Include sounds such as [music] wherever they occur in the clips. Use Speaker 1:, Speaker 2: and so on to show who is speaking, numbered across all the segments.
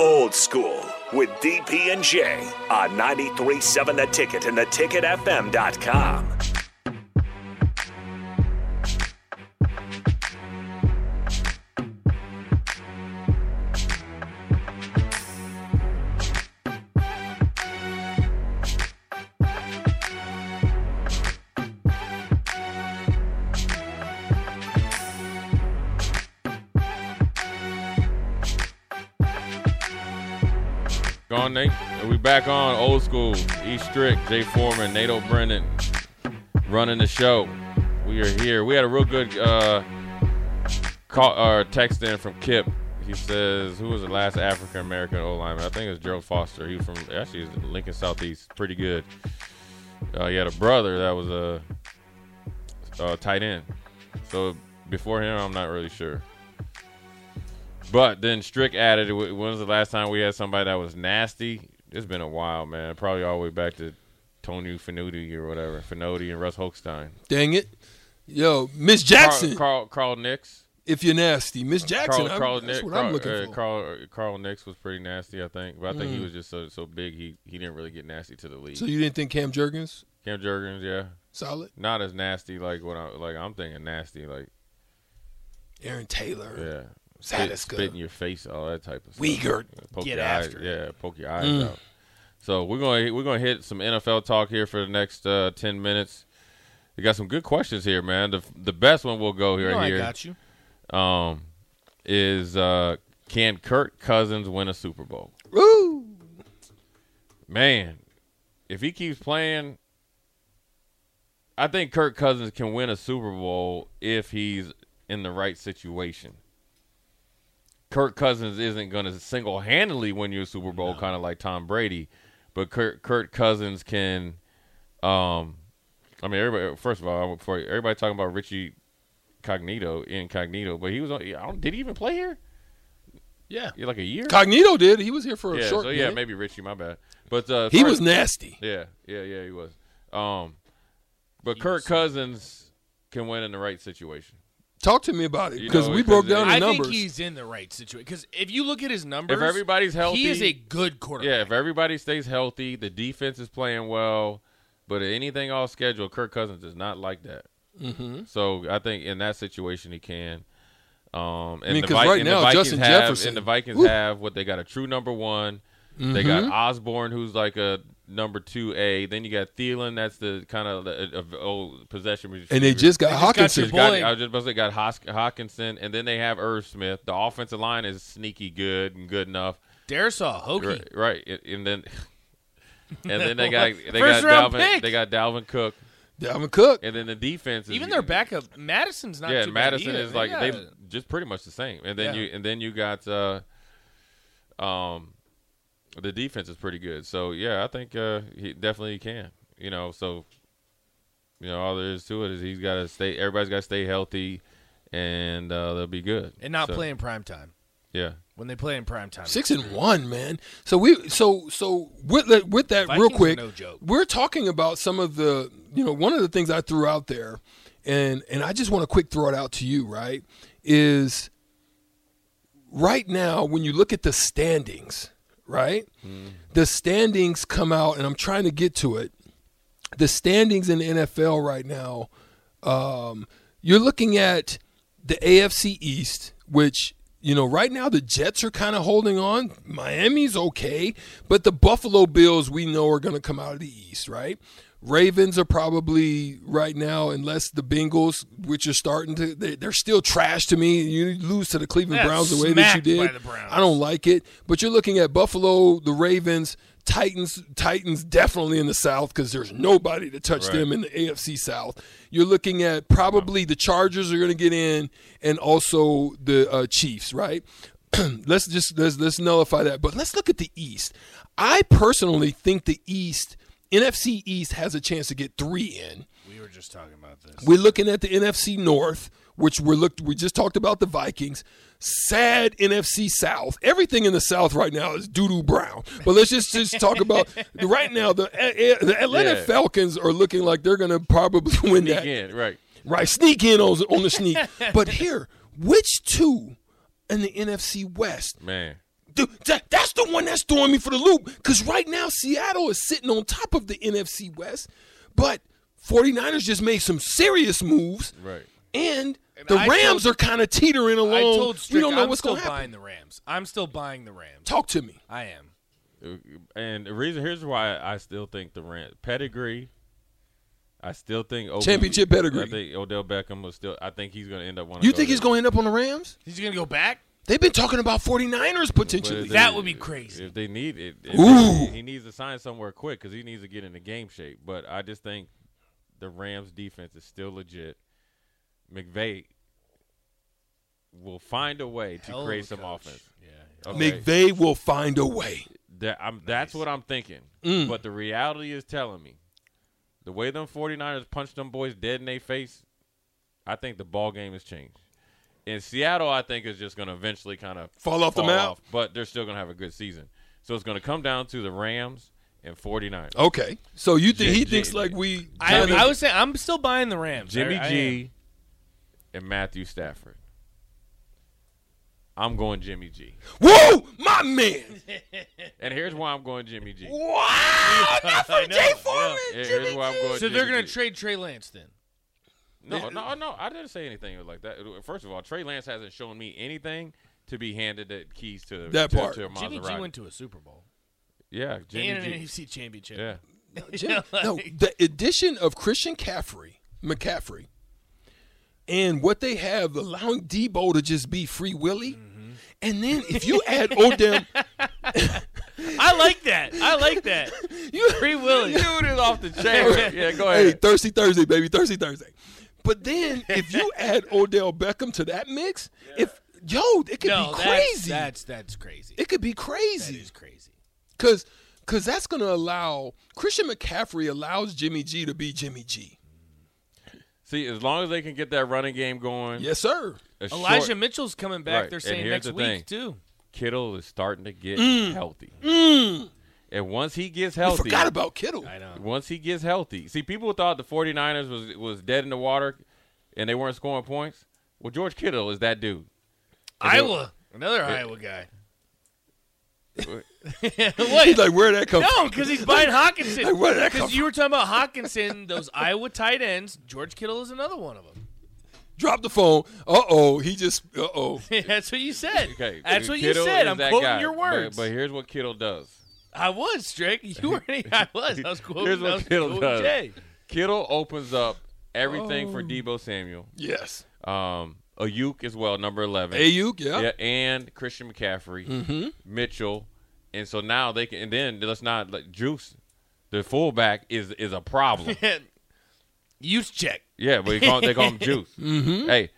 Speaker 1: Old School with DP and J on 93.7 The Ticket and theticketfm.com.
Speaker 2: Gone, Nate. And we back on old school. E Strick, Jay Foreman, Nato Brennan running the show. We are here. We had a real good uh, call or text in from Kip. He says, "Who was the last African American O lineman? I think it was Gerald Foster. He was from actually he's Lincoln Southeast. Pretty good. Uh, he had a brother that was a, a tight end. So before him, I'm not really sure." But then Strick added, "Wh- when was the last time we had somebody that was nasty? It's been a while, man. Probably all the way back to Tony Finuti or whatever. Finuti and Russ Holstein.
Speaker 3: Dang it. Yo, Miss Jackson,
Speaker 2: Carl, Carl, Carl Nix.
Speaker 3: if you're nasty. Miss
Speaker 2: Carl,
Speaker 3: Jackson, I'm-
Speaker 2: Carl
Speaker 3: that's
Speaker 2: Nix.
Speaker 3: what
Speaker 2: Carl,
Speaker 3: I'm looking
Speaker 2: uh,
Speaker 3: for. Mm.
Speaker 2: Carl, Carl Nix was pretty nasty, I think. But I think he was just so, so big, he, he didn't really get nasty to the league.
Speaker 3: So you didn't think Cam Jurgens
Speaker 2: Cam Jurgens, yeah.
Speaker 3: solid?
Speaker 2: Not as nasty like what I like. I'm thinking nasty, like
Speaker 3: Aaron Taylor,
Speaker 2: yeah, spit, spit in
Speaker 3: Zadiska,
Speaker 2: your face, all that type of stuff.
Speaker 3: Uyghur,
Speaker 2: poke
Speaker 3: get
Speaker 2: your eyes-
Speaker 3: after it.
Speaker 2: yeah, poke your eyes out. So we're gonna we're gonna hit some NFL talk here for the next uh, ten minutes. We got some good questions here, man. The the best one we'll go here
Speaker 4: No, I
Speaker 2: here
Speaker 4: got you.
Speaker 2: um is uh, can Kirk Cousins win a Super Bowl?
Speaker 3: Woo!
Speaker 2: Man, if he keeps playing, I think Kirk Cousins can win a Super Bowl if he's in the right situation. Kirk Cousins isn't going to single handedly win you a Super Bowl, kind of like Tom Brady, but Kirk, Kirk Cousins can. Um, I mean, everybody. First of all, for everybody talking about Richie Cognito, incognito, but he was on. I don't, did he even play here?
Speaker 4: Yeah.
Speaker 2: Yeah, Like a year?
Speaker 3: Cognito did. He was here for a
Speaker 2: yeah,
Speaker 3: short
Speaker 2: so yeah,
Speaker 3: minute.
Speaker 2: maybe Richie. My bad. But uh,
Speaker 3: He
Speaker 2: first-
Speaker 3: was nasty.
Speaker 2: yeah, yeah, yeah, he was. Um, but Kirk Cousins can win in the right situation.
Speaker 3: Talk to me about it
Speaker 2: You
Speaker 3: because
Speaker 2: know,
Speaker 3: we
Speaker 2: because
Speaker 3: broke down the
Speaker 4: I
Speaker 3: numbers.
Speaker 4: think he's in the right situation because if you look at his numbers,
Speaker 2: If everybody's healthy-
Speaker 4: he is a good quarterback.
Speaker 2: Yeah, if everybody stays healthy, the defense is playing well, but anything off schedule, Kirk Cousins is not like that. Mm-hmm. So I think in that situation he can. Um, and
Speaker 3: mean,
Speaker 2: the
Speaker 3: 'cause
Speaker 2: Vi-
Speaker 3: right
Speaker 2: and
Speaker 3: now,
Speaker 2: the Vikings
Speaker 3: Justin
Speaker 2: have,
Speaker 3: Jefferson-
Speaker 2: and the Vikings
Speaker 3: Woo. Mm-hmm.
Speaker 2: have what they got a true number one. They got Osborne, who's like a number two A. Then you got Thielen, that's the kind of the, of old possession.
Speaker 3: and they just got
Speaker 4: got
Speaker 3: Hawkinson.
Speaker 4: your
Speaker 2: Got-
Speaker 4: Boy.
Speaker 2: I was just about to say, got Hos- Hawkinson, and then they have Irv Smith. The offensive line is sneaky good and good enough.
Speaker 4: Darisaw, Hokie.
Speaker 2: Right, right. and- and then [laughs] and then
Speaker 4: [laughs]
Speaker 2: they got they
Speaker 4: First
Speaker 2: got
Speaker 4: round
Speaker 2: Dalvin
Speaker 4: pick.
Speaker 2: they got Dalvin Cook,
Speaker 3: Dalvin Cook.
Speaker 2: and then the defense. Is,
Speaker 4: Even their backup, Madison's not.
Speaker 2: Yeah,
Speaker 4: too
Speaker 2: Madison
Speaker 4: bad either.
Speaker 2: is like they
Speaker 4: got-
Speaker 2: just pretty much the same. And then
Speaker 4: Yeah.
Speaker 2: you and then you got uh, um, the defense is pretty good. So yeah, I think uh, he definitely can. You know, so you know all there is to it is he's got to stay. Everybody's got to stay healthy, and uh, they'll be good.
Speaker 4: and not
Speaker 2: So,
Speaker 4: play in prime time
Speaker 2: Yeah.
Speaker 4: when they play in prime time.
Speaker 3: Six and one, man. So we, so so with that, with that real
Speaker 4: Vikings are
Speaker 3: quick,
Speaker 4: no joke.
Speaker 3: we're talking about some of the, you know, one of the things I threw out there, and and I just want to quick throw it out to you, right? Is right now when you look at the standings, right?
Speaker 4: Mm-hmm.
Speaker 3: The standings come out, and I'm trying to get to it. The standings in the NFL right now, um, you're looking at the AFC East, which you know right now the Jets are kind of holding on. Miami's okay, but the Buffalo Bills we know are going to come out of the East, right? Ravens are probably right now, unless the Bengals, which are starting to, they, they're still trash to me. You lose to the Cleveland
Speaker 4: Yeah,
Speaker 3: Browns the way that you
Speaker 4: smacked by
Speaker 3: did.
Speaker 4: the Browns.
Speaker 3: I don't like it, but you're looking at Buffalo, the Ravens, Titans. Titans definitely in the South because there's nobody to touch
Speaker 2: Right.
Speaker 3: them in the AFC South. You're looking at probably the Chargers are going to get in, and also the uh, Chiefs, right? [clears throat] let's just let's let's nullify that, but let's look at the East. I personally think the East, NFC East, has a chance to get three in.
Speaker 4: we were just talking about this.
Speaker 3: We're looking at the NFC North, which we're looked. We just talked about the Vikings. Sad NFC South. Everything in the South right now is doo doo brown. But let's just just talk about right now. The A- A- the Atlanta
Speaker 2: Yeah.
Speaker 3: Falcons are looking like they're going to probably [laughs] win that.
Speaker 2: Again, right.
Speaker 3: Right, sneak in on, on the sneak. but here, which two in the NFC West?
Speaker 2: Man.
Speaker 3: Dude, that, that's the one that's throwing me for the loop because right now Seattle is sitting on top of the NFC West, but 49ers just made some serious moves.
Speaker 2: Right.
Speaker 3: And,
Speaker 4: And
Speaker 3: the
Speaker 4: I
Speaker 3: Rams
Speaker 4: told-
Speaker 3: are kind of teetering along.
Speaker 4: I told
Speaker 3: we
Speaker 4: Strick
Speaker 3: don't know
Speaker 4: I'm
Speaker 3: what's
Speaker 4: still
Speaker 3: going to
Speaker 4: buying
Speaker 3: happen.
Speaker 4: the Rams. I'm still buying the Rams.
Speaker 3: Talk to me.
Speaker 4: I am.
Speaker 2: And the reason here's why I still think the Rams pedigree. I still think OB,
Speaker 3: Championship pedigree.
Speaker 2: I think Odell Beckham was still. I think he's going to end up one.
Speaker 3: You think he's going to end up on the Rams?
Speaker 4: He's gonna go back.
Speaker 3: They've been talking about 49ers potentially.
Speaker 4: That would be crazy.
Speaker 2: If they need it, if
Speaker 3: Ooh.
Speaker 2: he needs to sign somewhere quick because he needs to get into game shape. But I just think the Rams defense is still legit. McVay will find a way to
Speaker 4: Hell of a
Speaker 2: create some
Speaker 4: coach.
Speaker 2: offense.
Speaker 4: Yeah.
Speaker 2: Okay.
Speaker 3: McVay will find a way.
Speaker 2: That, I'm, That's what I'm thinking.
Speaker 3: Mm.
Speaker 2: But the reality is telling me the way them 49ers punched them boys dead in their face, I think the ball game has changed. In Seattle, I think is just going to eventually kind of
Speaker 3: Fall off the map?
Speaker 2: but they're still going to have a good season. So it's going to come down to the Rams and 49ers.
Speaker 3: Okay. So you think
Speaker 2: J-
Speaker 3: he
Speaker 2: J-
Speaker 3: thinks like we
Speaker 4: I,
Speaker 3: kinda-
Speaker 4: I was saying I'm still buying the Rams.
Speaker 2: Jimmy
Speaker 4: I- I am.
Speaker 2: G and Matthew Stafford. I'm going Jimmy G.
Speaker 3: Whoa, my man.
Speaker 2: And here's why I'm going Jimmy G. [laughs]
Speaker 3: Wow, not for
Speaker 4: [laughs] I know,
Speaker 3: Jay
Speaker 4: yeah.
Speaker 3: Foreman.
Speaker 2: Here-
Speaker 3: Jimmy
Speaker 4: [laughs]
Speaker 2: here's why I'm going
Speaker 4: So they're
Speaker 2: Jimmy
Speaker 4: gonna
Speaker 2: G.
Speaker 4: trade Trey Lance then.
Speaker 2: No, no, no. I didn't say anything like that. First of all, Trey Lance hasn't shown me anything to be handed the keys to
Speaker 3: That
Speaker 2: to,
Speaker 3: part.
Speaker 2: To a
Speaker 4: Jimmy G
Speaker 2: Maserati.
Speaker 4: went to a Super Bowl
Speaker 2: yeah, Jimmy
Speaker 4: and an
Speaker 2: G.
Speaker 4: NFC Championship. [laughs]
Speaker 2: Yeah,
Speaker 3: Jimmy-
Speaker 4: like-
Speaker 3: no, the addition of Christian Caffrey, McCaffrey, and what they have allowing Debo to just be free Willie,
Speaker 4: Mm-hmm.
Speaker 3: and then if you add
Speaker 4: [laughs]
Speaker 3: Odell,
Speaker 4: I like that. I like that.
Speaker 3: you [laughs]
Speaker 4: Free
Speaker 2: [laughs]
Speaker 4: Willie.
Speaker 2: dude is off the chain. yeah, go
Speaker 3: hey
Speaker 2: ahead.
Speaker 3: Thirsty Thursday, baby, Thirsty Thursday. But then if
Speaker 4: [laughs]
Speaker 3: you add Odell Beckham to that mix, if yo, it could
Speaker 4: no,
Speaker 3: be
Speaker 4: that's-
Speaker 3: crazy.
Speaker 4: That's that's crazy.
Speaker 3: it could be
Speaker 4: that
Speaker 3: crazy.
Speaker 4: is crazy.
Speaker 3: Cause, cause that's gonna allow Christian McCaffrey allows Jimmy G to be Jimmy G.
Speaker 2: See, as long as they can get that running game going,
Speaker 3: Yes, sir.
Speaker 2: a short-
Speaker 4: Elijah Mitchell's coming back.
Speaker 2: Right,
Speaker 4: They're
Speaker 2: and
Speaker 4: saying
Speaker 2: here's
Speaker 4: next
Speaker 2: the
Speaker 4: week
Speaker 2: thing.
Speaker 4: too.
Speaker 2: Kittle is starting to get healthy, and once he gets
Speaker 3: I
Speaker 2: healthy,
Speaker 3: Mm. forgot about Kittle.
Speaker 4: I know.
Speaker 2: once he gets healthy, see, people thought the 49ers was was dead in the water, and they weren't scoring points. Well, George Kittle is that dude.
Speaker 4: Iowa, another Iowa guy.
Speaker 3: He's
Speaker 4: [laughs] what?
Speaker 3: like, where'd that come
Speaker 4: No,
Speaker 3: from?
Speaker 4: because he's buying Hawkinson.
Speaker 3: Like, where did that come
Speaker 4: Because you were talking about Hawkinson, those Iowa tight ends. George Kittle is another one of them. [laughs]
Speaker 3: Drop the phone. Uh oh. He just uh oh.
Speaker 4: That's what you said.
Speaker 2: Okay,
Speaker 4: That's what
Speaker 2: Kittle
Speaker 4: you said.
Speaker 2: is
Speaker 4: I'm
Speaker 2: that
Speaker 4: quoting
Speaker 2: guy.
Speaker 4: your
Speaker 2: But-
Speaker 4: words.
Speaker 2: but here's what Kittle does.
Speaker 4: I was, Strick. You were.
Speaker 2: [laughs]
Speaker 4: I was. I was quoting.
Speaker 2: Here's
Speaker 4: I
Speaker 2: what
Speaker 4: was
Speaker 2: Kittle
Speaker 4: quoting
Speaker 2: does.
Speaker 4: Jay.
Speaker 2: Kittle opens up everything
Speaker 3: Oh.
Speaker 2: for Debo Samuel.
Speaker 3: Yes.
Speaker 2: Um, Ayuk as well, number eleven.
Speaker 3: Ayuk. Yeah.
Speaker 4: Oh.
Speaker 2: Yeah, and Christian McCaffrey,
Speaker 4: Mm-hmm.
Speaker 2: Mitchell, and so now they can. And then let's not let Juice, the fullback, is is a
Speaker 4: [laughs]
Speaker 2: problem.
Speaker 4: Use check.
Speaker 2: yeah, but he call, they call him Juice.
Speaker 4: Mm-hmm.
Speaker 2: Hey,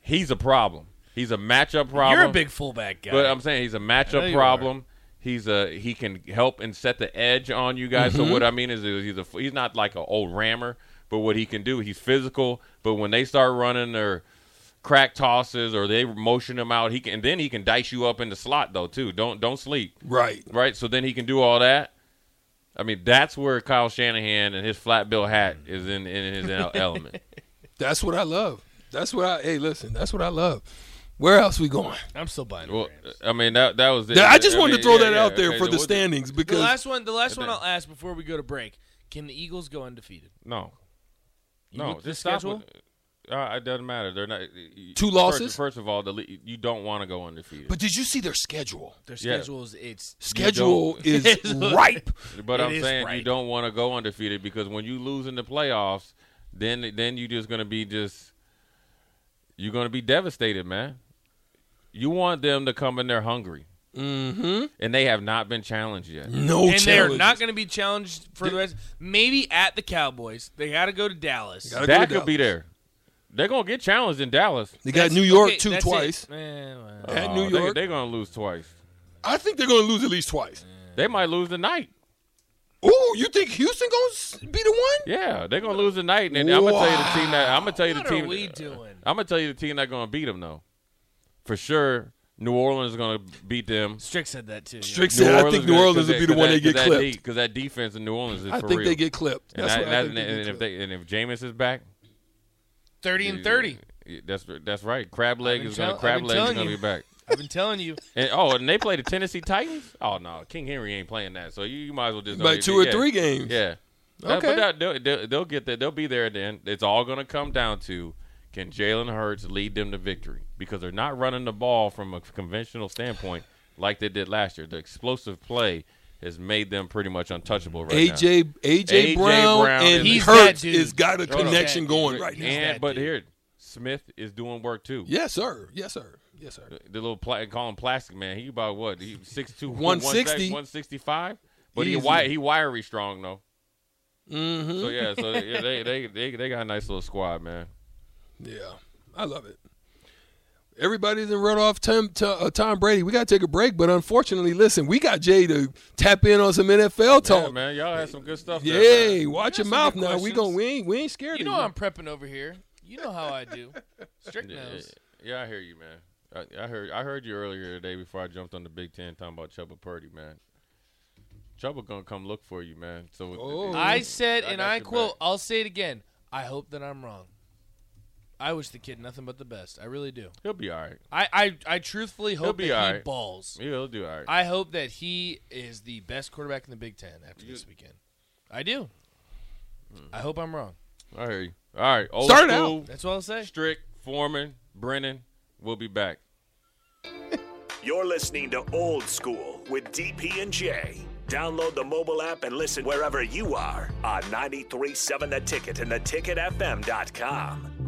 Speaker 2: he's a problem. He's a matchup problem.
Speaker 4: You're a big fullback guy.
Speaker 2: But I'm saying he's a
Speaker 4: know
Speaker 2: matchup
Speaker 4: you
Speaker 2: problem. He's a he can help and set the edge on you guys.
Speaker 4: Mm-hmm.
Speaker 2: So what I mean is he's a he's not like an old rammer, but what he can do, he's physical. But when they start running their crack tosses or they motion him out, he can and then he can dice you up in the slot though too. Don't don't sleep
Speaker 3: Right.
Speaker 2: right? So then he can do all that. I mean, that's where Kyle Shanahan and his flat bill hat
Speaker 4: Mm.
Speaker 2: is in in
Speaker 4: [laughs]
Speaker 2: his el- element.
Speaker 3: That's what I love. That's what I. Hey, listen. That's what I love. Where else we going?
Speaker 4: I'm still buying. the
Speaker 2: Well,
Speaker 4: Rams.
Speaker 2: I mean that that was. it.
Speaker 3: I just wanted
Speaker 2: mean,
Speaker 3: to throw
Speaker 2: yeah,
Speaker 3: that
Speaker 2: yeah,
Speaker 3: out there
Speaker 2: okay,
Speaker 3: for
Speaker 2: so
Speaker 3: the
Speaker 2: what-
Speaker 3: standings
Speaker 4: The
Speaker 3: because
Speaker 4: last one, the last one
Speaker 2: Okay.
Speaker 4: I'll ask before we go to break: Can the Eagles go undefeated?
Speaker 2: No,
Speaker 4: You
Speaker 2: no,
Speaker 4: looked at the
Speaker 2: just stop.
Speaker 4: schedule?
Speaker 2: With, uh, it doesn't matter. They're not y-
Speaker 3: Two
Speaker 2: first-
Speaker 3: losses?
Speaker 2: First, of all, the, le- you don't want to go undefeated.
Speaker 3: But did you see their schedule?
Speaker 4: Their
Speaker 2: Yeah.
Speaker 4: schedules, it's
Speaker 3: Schedule
Speaker 2: [laughs]
Speaker 3: is ripe.
Speaker 2: But
Speaker 4: It
Speaker 2: I'm
Speaker 4: is
Speaker 2: saying you
Speaker 4: right.
Speaker 2: don't want to go undefeated because when you lose in the playoffs, then then you're just gonna be just you're gonna be devastated, man. You want them to come in there hungry,
Speaker 3: Mm-hmm.
Speaker 2: and they have not been challenged yet.
Speaker 3: No
Speaker 4: and they are
Speaker 3: challenges.
Speaker 4: not going to be challenged for the rest. Maybe at the Cowboys, they got to go to Dallas.
Speaker 3: Gotta go
Speaker 2: That
Speaker 3: to
Speaker 2: could be
Speaker 3: Dallas.
Speaker 2: there. They're gonna get challenged in Dallas.
Speaker 3: They got
Speaker 4: That's-
Speaker 3: New York
Speaker 4: okay,
Speaker 3: too
Speaker 4: that's it.
Speaker 3: twice.
Speaker 4: Eh, well.
Speaker 3: At
Speaker 2: Uh,
Speaker 3: New York,
Speaker 2: they, are gonna lose twice.
Speaker 3: I think they're going to lose at least twice.
Speaker 2: They might lose tonight.
Speaker 3: Ooh, you think Houston going to be the one?
Speaker 2: Yeah, they're gonna lose tonight, and I'm gonna tell you the team that I'm gonna tell you the
Speaker 4: What are
Speaker 2: team.
Speaker 4: we doing?
Speaker 2: I'm gonna tell you the team that's gonna beat them though, for sure. New Orleans is gonna beat them.
Speaker 4: Strick said that too. yeah.
Speaker 3: Strick said, [laughs] I think New Orleans will be the one they get clipped.
Speaker 2: because that defense in New Orleans is
Speaker 3: I
Speaker 2: for
Speaker 3: think
Speaker 2: real.
Speaker 3: they get clipped.
Speaker 2: And,
Speaker 3: That's
Speaker 2: that-
Speaker 3: what I
Speaker 2: and
Speaker 3: think
Speaker 2: that-
Speaker 3: they
Speaker 2: and
Speaker 3: get
Speaker 2: if they and if James is back,
Speaker 4: thirty and thirty.
Speaker 2: that's that's right. Crab leg
Speaker 4: been
Speaker 2: is gonna
Speaker 4: tell- I've
Speaker 2: crab
Speaker 4: been
Speaker 2: leg is
Speaker 4: telling
Speaker 2: gonna
Speaker 4: you.
Speaker 2: be back.
Speaker 4: I've been telling you.
Speaker 2: And, oh, and they play the Tennessee Titans. Oh no, King Henry ain't playing that. So you, you might as well just go
Speaker 3: About
Speaker 2: get-
Speaker 3: two or
Speaker 2: yeah.
Speaker 3: three games.
Speaker 2: Yeah. That-
Speaker 3: Okay.
Speaker 2: but that- they'll, they'll, they'll get that. They'll be there at the end. It's all going to come down to can Jalen Hurts lead them to victory because they're not running the ball from a conventional standpoint like they did last year. The explosive play has made them pretty much untouchable right now.
Speaker 3: AJ, AJ
Speaker 2: A.J.
Speaker 3: Brown,
Speaker 2: Brown
Speaker 3: and
Speaker 2: is-
Speaker 4: He's
Speaker 3: Hurts
Speaker 4: that dude.
Speaker 3: has got a
Speaker 2: Hold on.
Speaker 3: connection going
Speaker 4: He's
Speaker 3: right now.
Speaker 4: that-
Speaker 2: And but
Speaker 4: dude.
Speaker 2: here, Smith is doing work too.
Speaker 3: Yes, sir. Yes, sir. Yes, sir.
Speaker 2: The little pla- call him plastic man. He about what? He 6'2",
Speaker 3: 160.
Speaker 2: 165? But he
Speaker 3: Easy.
Speaker 2: wi- he wiry strong though.
Speaker 3: Mm-hmm.
Speaker 2: So yeah, so they, yeah, they, they they they got a nice little squad, man.
Speaker 3: Yeah, I love it. Everybody's in runoff. Tim, to, uh, Tom Brady. We got to take a break, but unfortunately, listen, we got Jay to tap in on some NFL
Speaker 2: Yeah,
Speaker 3: talk.
Speaker 2: man, y'all had some good stuff. there, man.
Speaker 3: Yay! Watch your
Speaker 4: some
Speaker 3: mouth
Speaker 4: good
Speaker 3: now. We
Speaker 4: questions.
Speaker 3: going we ain't we ain't scared.
Speaker 4: You
Speaker 3: of
Speaker 4: know I'm prepping over here. You know how I do. Strict nose.
Speaker 2: Yeah, yeah, I hear you, man. I, I heard I heard you earlier today before I jumped on the Big Ten talking about Chuba Purdy, man. Chuba gonna come look for you, man. So
Speaker 3: Oh.
Speaker 4: I said, and
Speaker 2: got
Speaker 4: I
Speaker 2: your
Speaker 4: quote,
Speaker 2: back.
Speaker 4: I'll say it again. I hope that I'm wrong. I wish the kid nothing but the best. I really do.
Speaker 2: he'll be all right.
Speaker 4: I, I, I truthfully hope
Speaker 2: be
Speaker 4: that
Speaker 2: all
Speaker 4: he
Speaker 2: right.
Speaker 4: balls.
Speaker 2: He'll do all right.
Speaker 4: I hope that he is the best quarterback in the Big Ten after this weekend. I do. I hope I'm wrong.
Speaker 2: I hear you. All right, old
Speaker 3: Start
Speaker 2: school,
Speaker 4: That's what I'll say.
Speaker 2: Strick, Foreman, Brennan, we'll be back.
Speaker 1: You're listening to Old School with DP and J. Download the mobile app and listen wherever you are on 937 The Ticket and theticketfm.com.